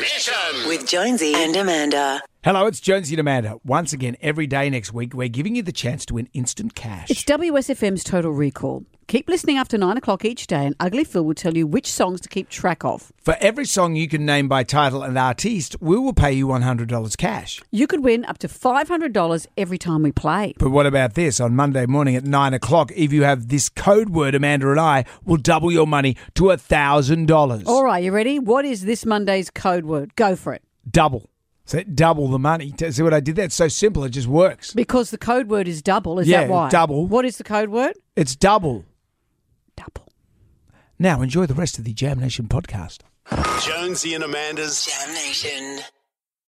Mission. with Jonesy and Amanda. Hello, it's Jonesy and Amanda. Once again, every day next week, we're giving you the chance to win instant cash. It's WSFM's Total Recall. Keep listening after nine o'clock each day, and Ugly Phil will tell you which songs to keep track of. For every song you can name by title and artiste, we will pay you $100 cash. You could win up to $500 every time we play. But what about this? On Monday morning at 9 o'clock, if you have this code word, Amanda and I will double your money to $1,000. All right, you ready? What is this Monday's code word? Go for it. Double. So double the money. See what I did there? It's so simple, it just works. Because the code word is double, is Yeah, that why? double. What is the code word? It's double. Double. Now, enjoy the rest of the Jam Nation podcast. Jonesy and Amanda's Jam Nation.